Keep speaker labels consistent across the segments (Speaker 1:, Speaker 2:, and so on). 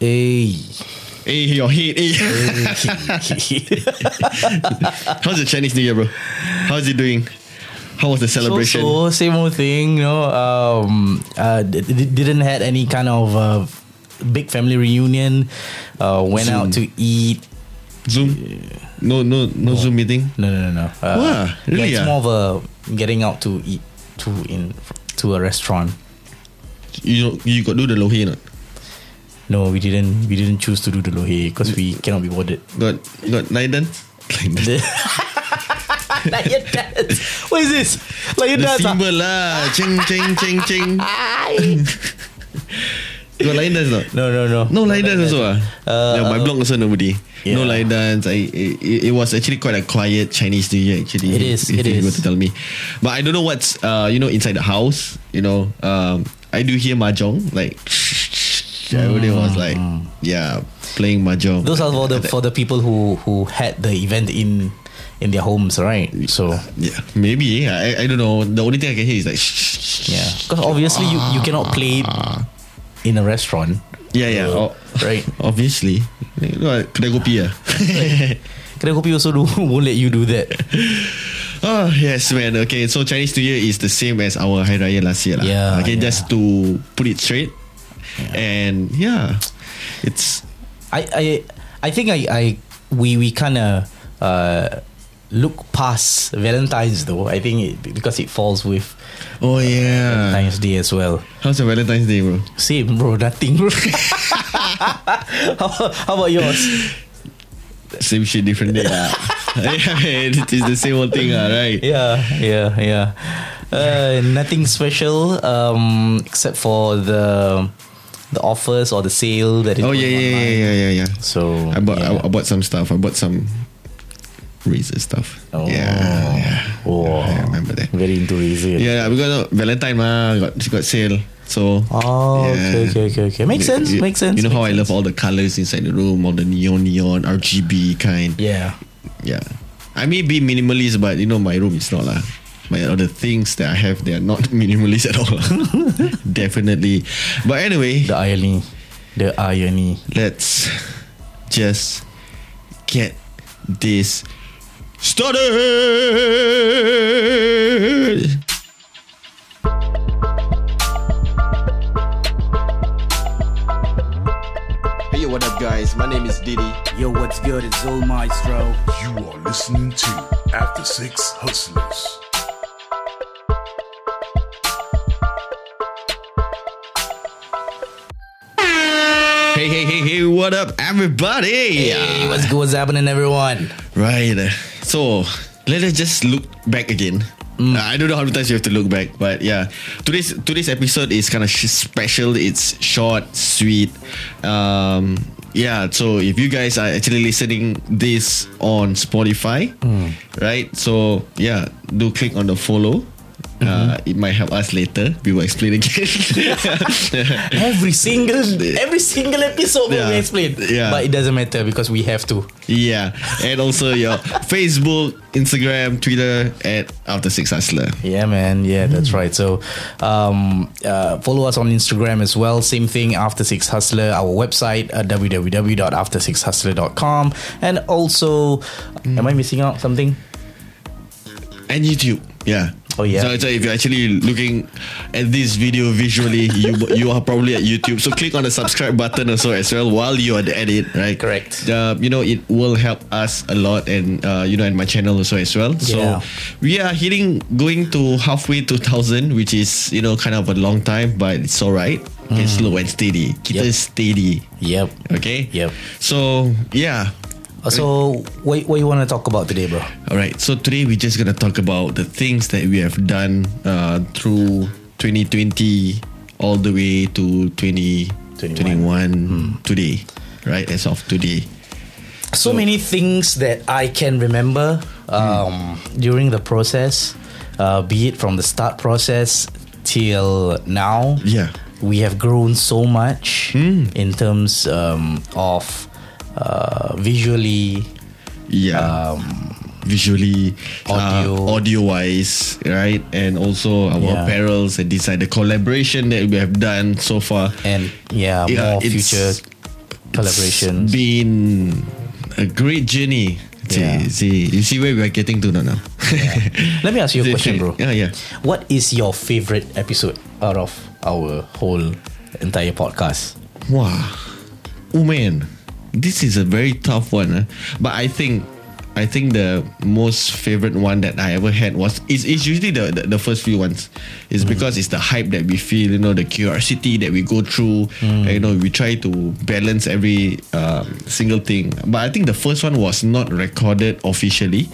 Speaker 1: Hey.
Speaker 2: Hey, your head. Hey. How's the Chinese New Year, bro? How's it doing? How was the celebration?
Speaker 1: So, so same old thing, you know. Um, uh, d- d- didn't had any kind of uh, big family reunion. Uh, went out to eat.
Speaker 2: Zoom? No, no, no Zoom meeting.
Speaker 1: No, no, no, no. Uh,
Speaker 2: Wah, really
Speaker 1: yeah, it's
Speaker 2: ah?
Speaker 1: more of a getting out to eat to in to a restaurant.
Speaker 2: You know, you got do the lohe or not?
Speaker 1: No, we didn't. We didn't choose to do the lohe because we cannot be bothered.
Speaker 2: Got got Naiden?
Speaker 1: The- like your dance. What is this? Like your
Speaker 2: The
Speaker 1: dance. ah?
Speaker 2: symbol lah. Ching ching ching ching. got line dance not?
Speaker 1: No, no, no.
Speaker 2: No line dance also ah.
Speaker 1: Uh,
Speaker 2: yeah, my blog also nobody. No
Speaker 1: yeah.
Speaker 2: line dance. I it, it was actually quite a quiet Chinese New Year actually.
Speaker 1: It is,
Speaker 2: If
Speaker 1: it is.
Speaker 2: you were to tell me, but I don't know what's uh you know inside the house. You know, um I do hear mahjong like. Everybody was like, yeah, playing mahjong.
Speaker 1: Those are for the for the people who who had the event in in their homes, right? So
Speaker 2: yeah, maybe eh. I, I don't know. The only thing I can hear is like,
Speaker 1: yeah, because obviously you you cannot play it in a restaurant,
Speaker 2: yeah, yeah, oh,
Speaker 1: right?
Speaker 2: obviously. No, kedai kopi ah.
Speaker 1: Kedai kopi also do, won't let you do that.
Speaker 2: Oh yes, man. Okay, so Chinese New Year is the same as our Hari Raya last year, lah.
Speaker 1: Yeah,
Speaker 2: Okay,
Speaker 1: yeah.
Speaker 2: just to put it straight, and yeah, it's
Speaker 1: I I I think I I we we kind of uh, look past Valentine's though. I think it, because it falls with Uh,
Speaker 2: oh yeah.
Speaker 1: Valentine's Day as well.
Speaker 2: How's your Valentine's Day, bro?
Speaker 1: Same, bro. Nothing, bro. how, how about yours?
Speaker 2: Same shit, different day. lah. yeah, man, it is the same old thing, ah, right?
Speaker 1: Yeah, yeah, yeah. Uh, nothing special, um, except for the the offers or the sale that is
Speaker 2: Oh
Speaker 1: going
Speaker 2: yeah, yeah, yeah,
Speaker 1: online.
Speaker 2: yeah, yeah, yeah.
Speaker 1: So
Speaker 2: I bought,
Speaker 1: yeah.
Speaker 2: I, I bought some stuff. I bought some razor stuff.
Speaker 1: oh,
Speaker 2: Yeah, yeah.
Speaker 1: Oh,
Speaker 2: I remember that.
Speaker 1: Very into easy.
Speaker 2: Yeah, we got uh, Valentine, ma. Got got sale. So
Speaker 1: Oh, okay,
Speaker 2: Yeah.
Speaker 1: okay, okay, okay. Makes
Speaker 2: You-
Speaker 1: sense.
Speaker 2: you-
Speaker 1: Makes sense.
Speaker 2: You know how
Speaker 1: makes
Speaker 2: I love
Speaker 1: sense.
Speaker 2: all the colors inside the room, all the neon, neon, RGB kind.
Speaker 1: Yeah.
Speaker 2: Yeah. I may be minimalist, but you know my room is not lah. My other things that I have, they are not minimalist at all. lah. Definitely. But anyway,
Speaker 1: The irony. The irony.
Speaker 2: let's just get this started. Hey, what up, guys? My name is Diddy.
Speaker 3: Yo, what's good? It's Zul Maestro.
Speaker 4: You are listening to After Six Hustlers.
Speaker 2: Hey, hey, hey, hey, what up, everybody?
Speaker 1: Hey, what's good? What's happening, everyone?
Speaker 2: Right. So, let us just look back again. Uh, I don't know how many times you have to look back, but yeah, today's today's episode is kind of sh- special. It's short, sweet. Um, yeah. So if you guys are actually listening this on Spotify, right? So yeah, do click on the follow. Uh, it might help us later. We will explain again.
Speaker 1: Every single every single episode we
Speaker 2: Yeah.
Speaker 1: explain.
Speaker 2: Yeah.
Speaker 1: But it doesn't matter because we have to.
Speaker 2: Yeah, and also your Facebook, Instagram, Twitter at After Six Hustler.
Speaker 1: Yeah, man. Yeah, that's right. So, um, uh, follow us on Instagram as well. Same thing, After Six Hustler. Our website uh, at www.aftersixhustler.com. And also, am I missing out something?
Speaker 2: and YouTube. Yeah.
Speaker 1: Oh, yeah.
Speaker 2: So, so if you're actually looking at this video visually, you you are probably at YouTube. So click on the subscribe button also as well while you are at it, right?
Speaker 1: Correct.
Speaker 2: Uh, you know it will help us a lot, and uh, you know, and my channel also as well.
Speaker 1: Yeah.
Speaker 2: So we are hitting going to halfway to thousand, which is you know kind of a long time, but it's all right. It's slow and steady. Kita
Speaker 1: Mm. Yep.
Speaker 2: steady.
Speaker 1: Yep.
Speaker 2: Okay.
Speaker 1: Yep.
Speaker 2: So yeah.
Speaker 1: Uh, So, what, what you want to talk about today, bro?
Speaker 2: All right. So today we're just gonna talk about the things that we have done uh, through 2020 all the way to 2021
Speaker 1: Hmm.
Speaker 2: today, right? As of today.
Speaker 1: so many things that I can remember um, during the process, uh, be it from the start process till now.
Speaker 2: Yeah.
Speaker 1: we have grown so much in terms um, of uh, visually.
Speaker 2: Yeah. Visually,
Speaker 1: Um, Audio.
Speaker 2: audio wise, right? And also our
Speaker 1: Yeah.
Speaker 2: apparels and design, the collaboration that we have done so far.
Speaker 1: And yeah,
Speaker 2: Yeah,
Speaker 1: more
Speaker 2: it's-
Speaker 1: future collaborations.
Speaker 2: been a great journey.
Speaker 1: Yeah.
Speaker 2: See, see, you see where we are getting to now. now.
Speaker 1: Let me ask you a
Speaker 2: See,
Speaker 1: question,
Speaker 2: see.
Speaker 1: bro.
Speaker 2: Yeah, yeah.
Speaker 1: What is your favorite episode out of our whole entire podcast?
Speaker 2: Wow. Oh man, this is a very tough one. huh? But I think I think the most favorite one that I ever had was it's, it's usually the, the, the first few ones. It's because it's the hype that we feel, you know, the curiosity that we go through. and, you know, we try to balance every um, single thing. But I think the first one was not recorded officially.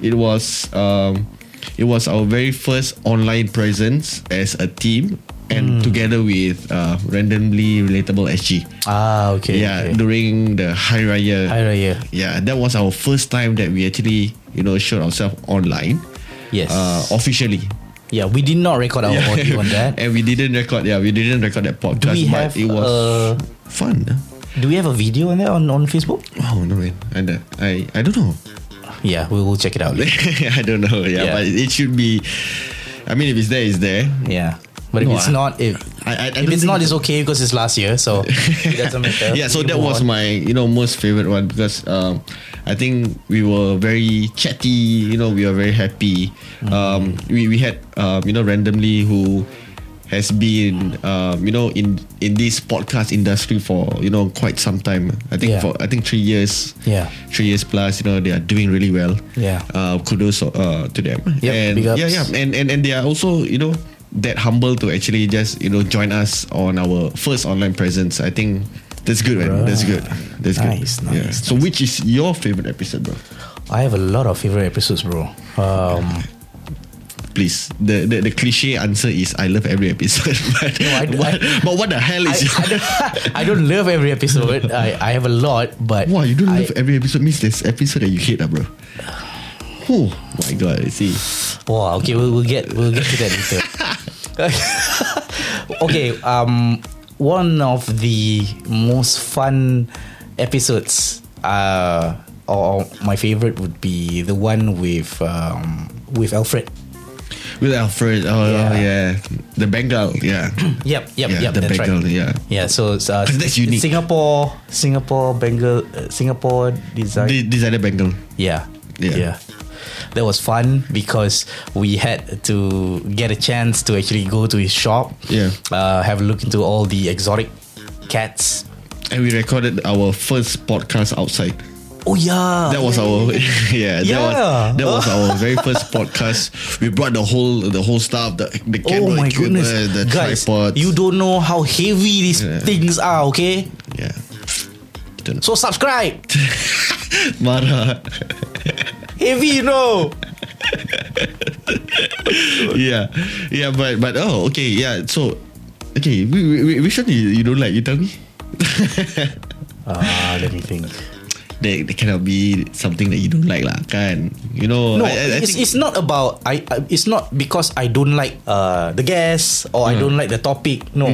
Speaker 2: It was um, it was our very first online presence as a team and together with uh, randomly relatable SG.
Speaker 1: Ah, okay.
Speaker 2: Yeah,
Speaker 1: okay.
Speaker 2: during the Hari Raya.
Speaker 1: Hari Raya.
Speaker 2: Yeah, that was our first time that we actually, you know, showed ourselves online.
Speaker 1: Yes.
Speaker 2: Uh, officially.
Speaker 1: yeah, we did not record our audio on that.
Speaker 2: and we didn't record. Yeah, we didn't record that podcast.
Speaker 1: Do we
Speaker 2: but
Speaker 1: have,
Speaker 2: it was
Speaker 1: uh,
Speaker 2: fun.
Speaker 1: Do we have a video on that on, on Facebook?
Speaker 2: Oh no, man. I I, I don't know.
Speaker 1: Yeah, we will check it out. later.
Speaker 2: I don't know. Yeah,
Speaker 1: Yeah.
Speaker 2: but it should be. I mean, if it's there, it's there.
Speaker 1: Yeah. But if
Speaker 2: No,
Speaker 1: it's
Speaker 2: I-
Speaker 1: not, if,
Speaker 2: I- I- I
Speaker 1: if
Speaker 2: don't
Speaker 1: it's
Speaker 2: think-
Speaker 1: not, it's okay because it's last year, so it doesn't matter.
Speaker 2: yeah, so
Speaker 1: We
Speaker 2: that
Speaker 1: move
Speaker 2: was
Speaker 1: on.
Speaker 2: my you know most favorite one because um, I think we were very chatty. You know, we were very happy.
Speaker 1: Mm-hmm.
Speaker 2: Um, we we had um, you know randomly who has been um, you know in in this podcast industry for you know quite some time. I think
Speaker 1: Yeah.
Speaker 2: for I think three years.
Speaker 1: Yeah.
Speaker 2: three years plus. You know they are doing really well.
Speaker 1: Yeah.
Speaker 2: uh, kudos uh, to them.
Speaker 1: Yep,
Speaker 2: and
Speaker 1: big ups.
Speaker 2: yeah, yeah, and and and they are also you know that humble to actually just you know join us on our first online presence. I think that's good, man. That's good. That's
Speaker 1: Nice,
Speaker 2: good. yeah.
Speaker 1: nice,
Speaker 2: So which is your favorite episode, bro?
Speaker 1: I have a lot of favorite episodes, bro. Um,
Speaker 2: Please, the, the the cliche answer is I love every episode, but
Speaker 1: I-
Speaker 2: but,
Speaker 1: I-
Speaker 2: but what the hell
Speaker 1: I, I,
Speaker 2: is?
Speaker 1: don't, I don't love every episode. I, I have a lot, but
Speaker 2: wow, you don't
Speaker 1: I-
Speaker 2: love every episode means there's episode that you hate, ah, bro. Oh my god, I see.
Speaker 1: Wow. Okay, we'll, we'll get we'll get to that later. okay. Um, one of the most fun episodes, uh, or my favorite would be the one with um with Alfred.
Speaker 2: With Alfred, oh
Speaker 1: Yeah.
Speaker 2: yeah, the Bengal, yeah,
Speaker 1: Yep. Yep.
Speaker 2: yeah,
Speaker 1: yep.
Speaker 2: the
Speaker 1: That's
Speaker 2: Bengal,
Speaker 1: right.
Speaker 2: yeah.
Speaker 1: Yeah, so it's, uh,
Speaker 2: 'Cause that's unique.
Speaker 1: Singapore, Singapore, Bengal, uh, Singapore design.
Speaker 2: They decided Bengal.
Speaker 1: Yeah.
Speaker 2: Yeah.
Speaker 1: Yeah. That was fun because we had to get a chance to actually go to his shop.
Speaker 2: Yeah.
Speaker 1: Uh, have a look into all the exotic cats.
Speaker 2: and we recorded our first podcast outside.
Speaker 1: Oh yeah.
Speaker 2: That was our yeah. That was
Speaker 1: Yeah.
Speaker 2: that was our very first podcast. We brought the whole the whole stuff, the the
Speaker 1: Oh my
Speaker 2: camera equipment,
Speaker 1: goodness.
Speaker 2: the
Speaker 1: Guys,
Speaker 2: tripod.
Speaker 1: you don't know how heavy these
Speaker 2: Yeah.
Speaker 1: things are, okay?
Speaker 2: yeah. Don't know.
Speaker 1: So subscribe.
Speaker 2: Mara.
Speaker 1: heavy, you know.
Speaker 2: yeah, yeah, but but oh okay yeah. So okay, we we we- which one you, you don't like? You tell me.
Speaker 1: Ah, let me think.
Speaker 2: There, there cannot be something that you don't like lah, kan? You know.
Speaker 1: No,
Speaker 2: I- I- I
Speaker 1: it's,
Speaker 2: think-
Speaker 1: it's not about I, I. It's not because I don't like uh the guest or I
Speaker 2: Mm.
Speaker 1: don't like the topic. No,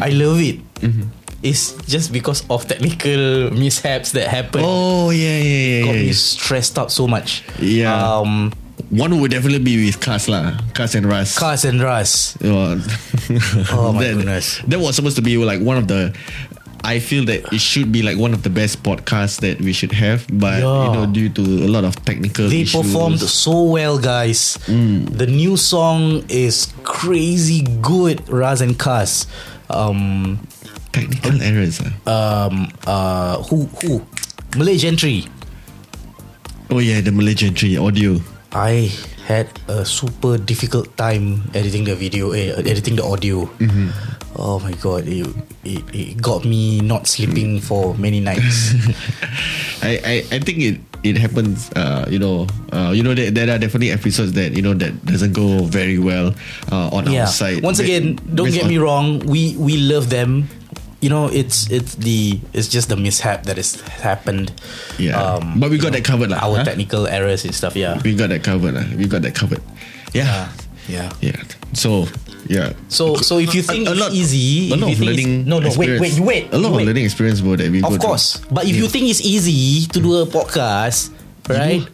Speaker 1: I love it.
Speaker 2: Mm-hmm.
Speaker 1: It's just because of technical mishaps that happen.
Speaker 2: Oh yeah yeah yeah.
Speaker 1: got
Speaker 2: yeah,
Speaker 1: me
Speaker 2: yeah.
Speaker 1: stressed out so much.
Speaker 2: Yeah.
Speaker 1: Um,
Speaker 2: One would definitely be with Cas lah, Cas and Ras.
Speaker 1: cars and rust.
Speaker 2: Yeah.
Speaker 1: Oh my
Speaker 2: that,
Speaker 1: goodness.
Speaker 2: That was supposed to be like one of the. I feel that it should be like one of the best podcasts that we should have, but you
Speaker 1: Yeah.
Speaker 2: know, due to a lot of technical
Speaker 1: They
Speaker 2: issues, Mm.
Speaker 1: performed so well, guys. The new song is crazy good. Raz and Cars. Um,
Speaker 2: technical errors. ah.
Speaker 1: um, uh, who who? Malay Gentry. Uh,
Speaker 2: oh yeah, the Malaysian tree audio.
Speaker 1: I had a super difficult time editing the video, eh, editing the audio.
Speaker 2: Mm-hmm.
Speaker 1: Oh my god, it, it, it got me not sleeping for many nights.
Speaker 2: I, I, I think it it happens. Uh, you know, uh, you know there, there are definitely episodes that you know that doesn't go very well uh, on
Speaker 1: yeah.
Speaker 2: our side.
Speaker 1: Once
Speaker 2: Ba-
Speaker 1: again, don't
Speaker 2: based
Speaker 1: get
Speaker 2: on-
Speaker 1: me wrong. We we love them. You know, it's it's the it's just the mishap that has happened. Um,
Speaker 2: Yeah, but we
Speaker 1: you
Speaker 2: got that covered lah,
Speaker 1: Our
Speaker 2: huh?
Speaker 1: technical errors and stuff. Yeah.
Speaker 2: We got that covered. lah. We got that covered. Yeah.
Speaker 1: Yeah.
Speaker 2: Yeah. So, yeah.
Speaker 1: So so if you think
Speaker 2: a, a
Speaker 1: it's
Speaker 2: lot,
Speaker 1: easy, if
Speaker 2: a lot
Speaker 1: you think
Speaker 2: of
Speaker 1: it's-
Speaker 2: learning.
Speaker 1: No no wait wait
Speaker 2: experience.
Speaker 1: you wait
Speaker 2: A lot
Speaker 1: you
Speaker 2: of
Speaker 1: wait.
Speaker 2: learning experience, bro. That we go
Speaker 1: Of
Speaker 2: through.
Speaker 1: course. But if you think it's easy to do a podcast, right?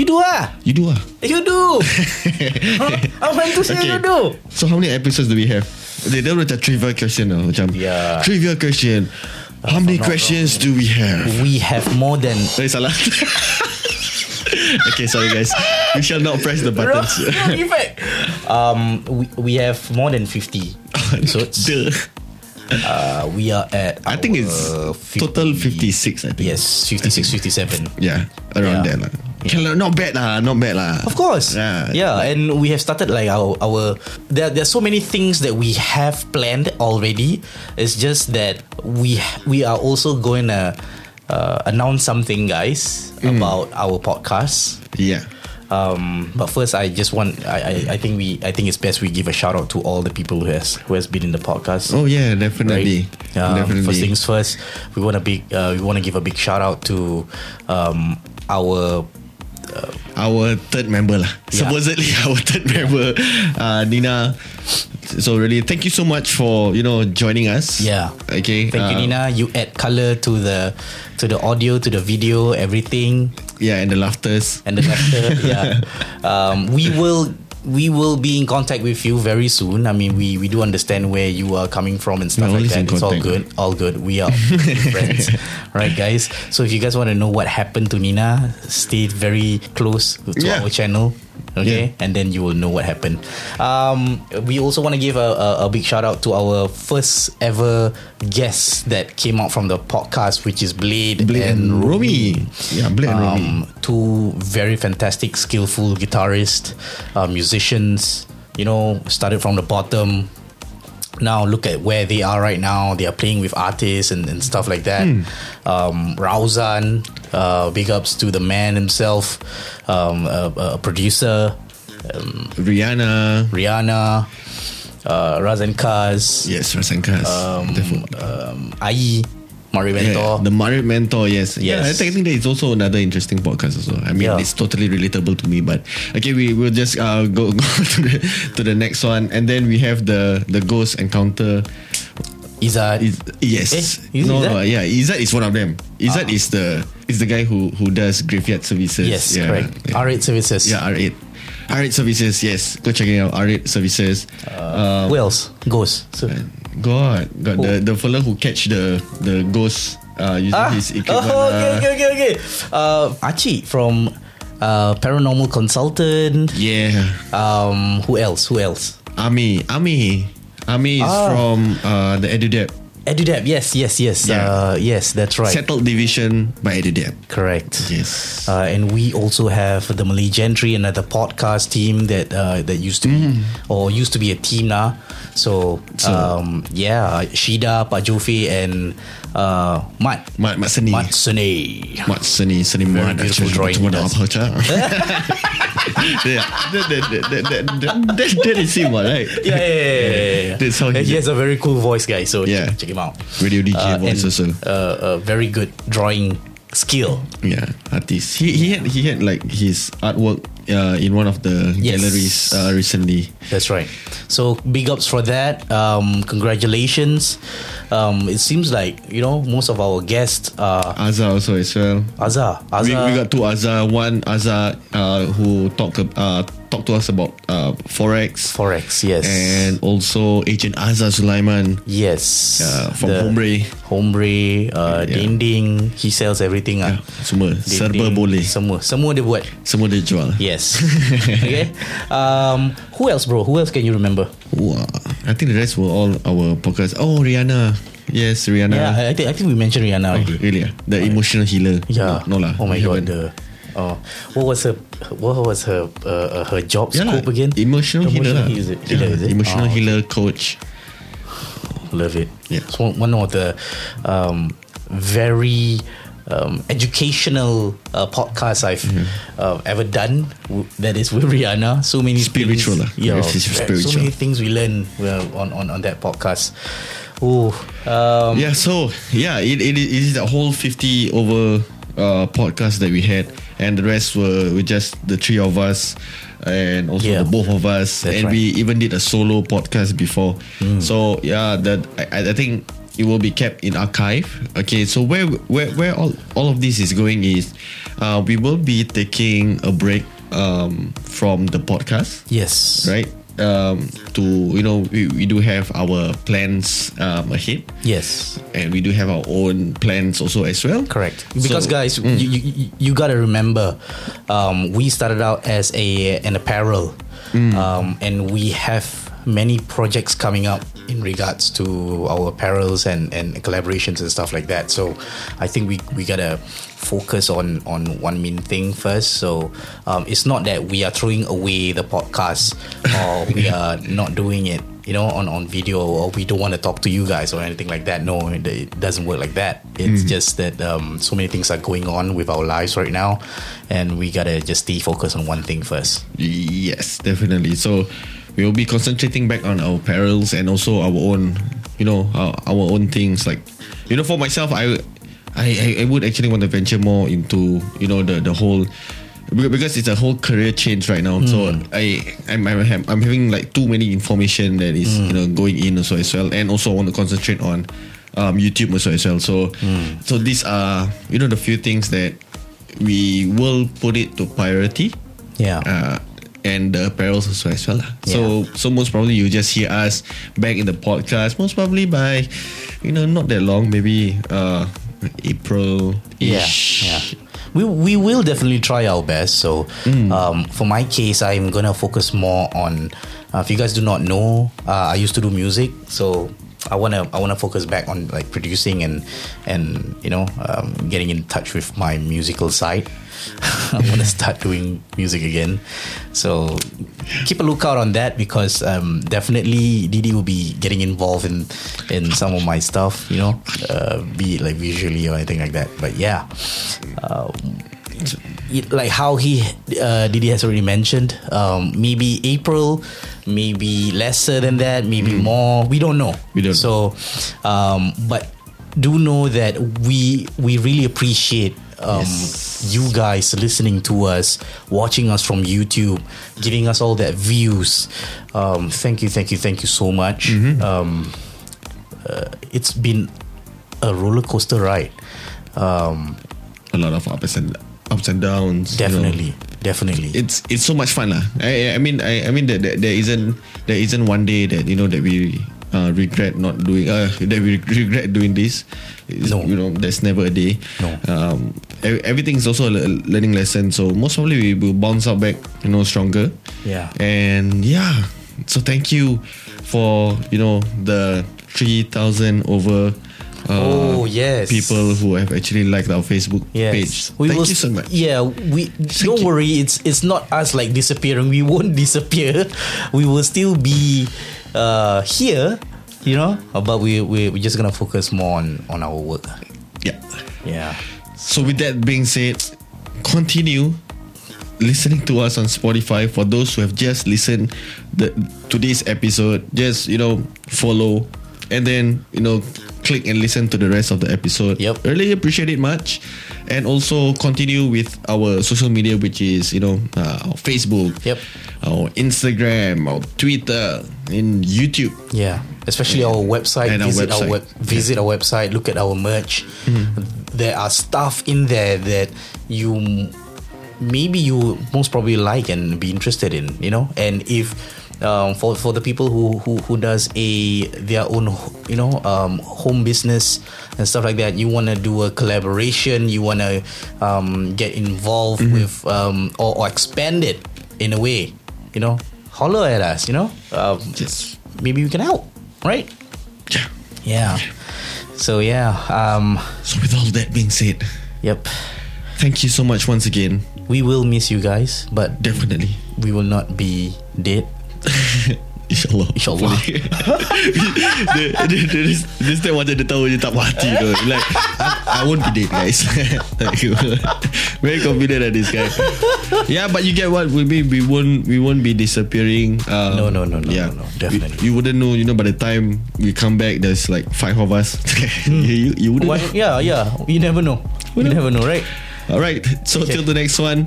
Speaker 1: You do ah.
Speaker 2: you do ah.
Speaker 1: You do. huh? Apa yang tu saya you
Speaker 2: Okay.
Speaker 1: do?
Speaker 2: So how many episodes do we have? They don't macam trivia question lah, macam
Speaker 1: Yeah.
Speaker 2: trivia question. How many questions do we have?
Speaker 1: We have more than
Speaker 2: Sorry, salah. okay, sorry guys. We shall not press the buttons.
Speaker 1: um we, we have more than 50 episodes.
Speaker 2: Duh.
Speaker 1: uh, we are at
Speaker 2: I think it's
Speaker 1: our
Speaker 2: total 56, I think.
Speaker 1: Yes, 56 57.
Speaker 2: Yeah,
Speaker 1: Yeah.
Speaker 2: around there lah. Okay, lah, not bad lah, not bad lah.
Speaker 1: Of course.
Speaker 2: Yeah.
Speaker 1: yeah, and we have started like our our there there's so many things that we have planned already. It's just that we we are also going to uh, announce something guys
Speaker 2: Mm.
Speaker 1: about our podcast.
Speaker 2: Yeah.
Speaker 1: Um, but first, I just want I, I, I think we I think it's best we give a shout out to all the people who has who has been in the podcast.
Speaker 2: Oh yeah,
Speaker 1: right?
Speaker 2: definitely.
Speaker 1: Um,
Speaker 2: definitely.
Speaker 1: First things first, we want to big uh, we want to give a big shout out to um, our
Speaker 2: our third member lah.
Speaker 1: Yeah.
Speaker 2: Supposedly our third member, uh, Nina. So really, thank you so much for you know joining us.
Speaker 1: Yeah.
Speaker 2: Okay.
Speaker 1: Thank you,
Speaker 2: uh,
Speaker 1: Nina. You add color to the to the audio, to the video, everything,
Speaker 2: Yeah, and the laughters.
Speaker 1: and the laughter. yeah, um, we will we will be in contact with you very soon. I mean, we we do understand where you are coming from and stuff
Speaker 2: We're
Speaker 1: like
Speaker 2: always in
Speaker 1: that. It's all
Speaker 2: contact.
Speaker 1: good, all good. We are friends, right, guys? So if you guys want to know what happened to Nina, stay very close to
Speaker 2: Yeah.
Speaker 1: our channel. Okay,
Speaker 2: Yeah.
Speaker 1: and then you will know what happened. Um, we also want to give a, a, a big shout out to our first ever guest that came out from the podcast, which is Blade,
Speaker 2: Blade and, Romy. Yeah, Blade and Romy.
Speaker 1: um, two very fantastic, skillful guitarists, uh, musicians. You know, started from the bottom. Now look at where they are right now. They are playing with artists and, and stuff like that.
Speaker 2: Hmm.
Speaker 1: Um, Rauzan, uh, big ups to the man himself, um, a, a producer, Um,
Speaker 2: Rihanna.
Speaker 1: Rihanna, uh, Razan Kaz,
Speaker 2: Yes, Rasankas. Um,
Speaker 1: um, Ai, Mari
Speaker 2: yeah,
Speaker 1: Mentor.
Speaker 2: the married mentor, yes. Yeah, I
Speaker 1: Yes.
Speaker 2: think I think that is also another interesting podcast. Also, I mean,
Speaker 1: Yeah.
Speaker 2: it's totally relatable to me. But okay, we will just uh, go, go to, the, to the next one, and then we have the the ghost encounter.
Speaker 1: Izzat.
Speaker 2: Is, yes.
Speaker 1: Eh, is
Speaker 2: no,
Speaker 1: it Izzat?
Speaker 2: no,
Speaker 1: Ah.
Speaker 2: yeah, Izzat is one of them. Izzat is the is the guy who who does graveyard services.
Speaker 1: yes,
Speaker 2: yeah.
Speaker 1: correct. R8 Services.
Speaker 2: Yeah, R8. R8 services, yes. Go check it out. R8 services. Uh,
Speaker 1: Who else? Goes. So,
Speaker 2: God, got the the fella who catch the the ghost uh, using
Speaker 1: Oh. Ah,
Speaker 2: his equipment.
Speaker 1: Oh, okay,
Speaker 2: uh,
Speaker 1: okay, okay, okay. Uh, Achi from uh, Paranormal Consultant.
Speaker 2: Yeah,
Speaker 1: Um, who else? Who else?
Speaker 2: Ami, Ami, Ami is
Speaker 1: Ah.
Speaker 2: from uh, the EduDep
Speaker 1: EduDep. Yes, yes, yes.
Speaker 2: Yeah.
Speaker 1: Uh, yes, that's right.
Speaker 2: settled division by EduDep.
Speaker 1: Correct.
Speaker 2: Yes.
Speaker 1: Uh, and we also have the Malay Gentry, another podcast team that uh, that used to
Speaker 2: Mm.
Speaker 1: be, or used to be a team now. So, um, yeah, Shida, Pak Jofi, and uh, Mat
Speaker 2: Mat Mat Seni.
Speaker 1: Mat Sene.
Speaker 2: Mat Seni Seni
Speaker 1: Very
Speaker 2: Mat.
Speaker 1: beautiful drawing he does.
Speaker 2: Yeah, that, that, that, that, that, that, that is him, what, right?
Speaker 1: yeah, yeah, yeah, yeah, yeah.
Speaker 2: That's how he
Speaker 1: And he
Speaker 2: did.
Speaker 1: has a very cool voice, guys. So
Speaker 2: Yeah.
Speaker 1: check, check him out.
Speaker 2: Radio DJ voice
Speaker 1: and,
Speaker 2: also.
Speaker 1: Uh, a very good drawing skill.
Speaker 2: Yeah, artist. He he had he had like his artwork uh, in one of the
Speaker 1: Yes.
Speaker 2: galleries uh, recently.
Speaker 1: That's right. So big ups for that. Um, congratulations. Um, it seems like you know most of our guests are
Speaker 2: Azza also as well.
Speaker 1: Azza. Azza.
Speaker 2: We, we got two Azza. One Azza uh, who talked uh, talked to us about uh, forex
Speaker 1: Forex. Yes.
Speaker 2: and also Agent Azza Sulaiman.
Speaker 1: yes.
Speaker 2: Uh, from
Speaker 1: The-
Speaker 2: Hombre.
Speaker 1: Hombre, uh,
Speaker 2: Yeah.
Speaker 1: Dinding. He sells everything. Ah.
Speaker 2: Yeah, semua serba
Speaker 1: Dinding,
Speaker 2: boleh.
Speaker 1: Semua. Semua dia buat.
Speaker 2: Semua dia jual.
Speaker 1: Yes. okay. Um, who else, bro? Who else can you remember?
Speaker 2: Wow. I think the rest were all our podcast. Oh, Rihanna. Yes, Rihanna.
Speaker 1: Yeah, I, I think I think we mentioned Rihanna already.
Speaker 2: Really? ah? The emotional healer.
Speaker 1: Yeah.
Speaker 2: No, no lah.
Speaker 1: Oh my
Speaker 2: we
Speaker 1: god.
Speaker 2: haven't.
Speaker 1: The, oh, what was her? What was her? Uh, uh, her job
Speaker 2: Yeah lah,
Speaker 1: scope again?
Speaker 2: Emotional, healer. lah.
Speaker 1: healer, healer,
Speaker 2: Yeah,
Speaker 1: is it?
Speaker 2: Emotional
Speaker 1: Oh,
Speaker 2: healer coach.
Speaker 1: Love it.
Speaker 2: Yeah.
Speaker 1: It's one, one of the um, very um, educational uh, podcasts I've
Speaker 2: Mm-hmm.
Speaker 1: uh, ever done. W- That is with Rihanna. So many
Speaker 2: Spiritual lah.
Speaker 1: Things, yeah,
Speaker 2: Yes, it's
Speaker 1: So
Speaker 2: spiritual.
Speaker 1: many things we learn uh, on, on on that podcast. Ooh. Um,
Speaker 2: yeah so yeah it, it, it is the whole 50 over uh, podcast that we had and the rest were, were just the three of us and also
Speaker 1: Yeah.
Speaker 2: the both of us
Speaker 1: That's right.
Speaker 2: and
Speaker 1: Mm.
Speaker 2: we even did a solo podcast before so yeah that I, I think it will be kept in archive okay so where where, where all, all of this is going is uh, we will be taking a break um, from the podcast
Speaker 1: Yes.
Speaker 2: right um, to you know we, we do have our plans um, ahead
Speaker 1: Yes.
Speaker 2: and we do have our own plans also as well
Speaker 1: Correct.
Speaker 2: So-
Speaker 1: Because guys, you, you you gotta remember, um, we started out as a an apparel, um, and we have many projects coming up in regards to our apparels and, and collaborations and stuff like that. So, I think we, we gotta focus on on one main thing first. So, um, it's not that we are throwing away the podcast or we are not doing it. You know, on, on video, or we don't want to talk to you guys or anything like that. No, it, it doesn't work like that. It's just that um, so many things are going on with our lives right now, and we gotta just stay focused on one thing first.
Speaker 2: Yes, definitely. So we will be concentrating back on our perils and also our own, you know, our, our own things. Like, you know, for myself, I, I, I- I would actually want to venture more into, you know, the the whole. beca- Because it's a whole career change right now, so I I'm, I'm ha- I'm having like too many information that is you know going in also as well, and also I want to concentrate on um, YouTube also as well. So so these are you know the few things that we will put it to priority,
Speaker 1: Yeah.
Speaker 2: uh, and the apparels also as well. lah. So so most probably you just hear us back in the podcast. Most probably by you know not that long, maybe uh April
Speaker 1: Yeah,
Speaker 2: ish.
Speaker 1: yeah. We, we will definitely try our best. So, um, for my case, I'm gonna focus more on. Uh, if you guys do not know, uh, I used to do music, so I wanna I wanna focus back on like producing and and you know um, getting in touch with my musical side. I wanna start doing music again, so keep a lookout on that because um, definitely Didi will be getting involved in in some of my stuff. You know, uh, be it like visually or anything like that. But yeah. It- like how he uh, Didi has already mentioned, um, maybe April, maybe lesser than that, maybe more. We don't know.
Speaker 2: Hmm. We don't
Speaker 1: So, um, but do know that we we really appreciate. Um, You guys listening to us, watching us from YouTube, giving us all that views. Um, thank you, thank you, thank you so much.
Speaker 2: Mm-hmm.
Speaker 1: Um, uh, it's been a roller coaster ride. Um,
Speaker 2: A lot of ups and ups and downs. you know.
Speaker 1: definitely, definitely.
Speaker 2: It's it's so much fun lah. I I- I mean I I mean that, that there isn't there isn't one day that you know that we uh, regret not doing uh, that we regret doing this. It's-
Speaker 1: No.
Speaker 2: you know there's never a day.
Speaker 1: No.
Speaker 2: Um, e- everything is also a le- learning lesson. So most probably we will bounce out back you know stronger.
Speaker 1: Yeah.
Speaker 2: And yeah, so thank you for you know the three thousand over.
Speaker 1: Oh,
Speaker 2: Uh,
Speaker 1: yes.
Speaker 2: People who have actually liked our Facebook
Speaker 1: Yes.
Speaker 2: page. Thank you so much.
Speaker 1: Yeah, we don't
Speaker 2: you.
Speaker 1: worry. It's it's not us like disappearing. We won't disappear. We will still be uh, here, you know. Uh, But we we we're just gonna focus more on on our work.
Speaker 2: Yeah.
Speaker 1: Yeah.
Speaker 2: So with that being said, continue listening to us on Spotify. For those who have just listened the, to this episode, just you know follow, and then you know click and listen to the rest of the episode.
Speaker 1: Yep.
Speaker 2: really appreciate it much, and also continue with our social media, which is you know uh, our Facebook,
Speaker 1: Yep.
Speaker 2: our Instagram, our Twitter, and YouTube.
Speaker 1: Yeah, especially our website.
Speaker 2: And our
Speaker 1: visit our web,
Speaker 2: website. Mm.
Speaker 1: visit our website. Look at our merch. There are stuff in there that you m- maybe you most probably like and be interested in. You know, and if um, for for the people who who who does a their own you know um, home business and stuff like that, you want to do a collaboration. You want to um, get involved
Speaker 2: Mm-hmm.
Speaker 1: with um, or, or expand it in a way. You know, holler at us. You know. Um,
Speaker 2: Yes.
Speaker 1: maybe we can help, right?
Speaker 2: Yeah.
Speaker 1: Yeah. So yeah, um,
Speaker 2: So with all that being said,
Speaker 1: yep.
Speaker 2: thank you so much once again.
Speaker 1: We will miss you guys, but
Speaker 2: Definitely.
Speaker 1: we will not be dead.
Speaker 2: InsyaAllah
Speaker 1: InsyaAllah.
Speaker 2: Hopefully. dia, dia, dia, dia, dia step macam dia tahu dia tak mati tu Like I, I won't be dead guys Like, Very confident at this guy Yeah but you get what we mean We won't we won't be disappearing um,
Speaker 1: No, no, no, no, no, no. Definitely.
Speaker 2: you, you wouldn't know You know by the time We come back There's like five of us you, you, you wouldn't
Speaker 1: Hmm. Why, yeah,
Speaker 2: know.
Speaker 1: yeah. You never know. You never know, right?
Speaker 2: Alright So
Speaker 1: Okay.
Speaker 2: till the next one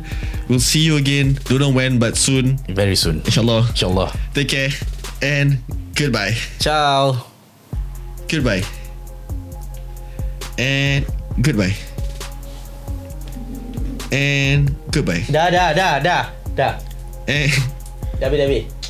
Speaker 2: We'll see you again Don't know when but soon
Speaker 1: Very soon.
Speaker 2: InsyaAllah
Speaker 1: Inshallah.
Speaker 2: Take care And goodbye
Speaker 1: Ciao.
Speaker 2: Goodbye. And goodbye. And goodbye.
Speaker 1: Dah, dah, dah, dah, dah.
Speaker 2: And
Speaker 1: Dah, habis, dah, habis.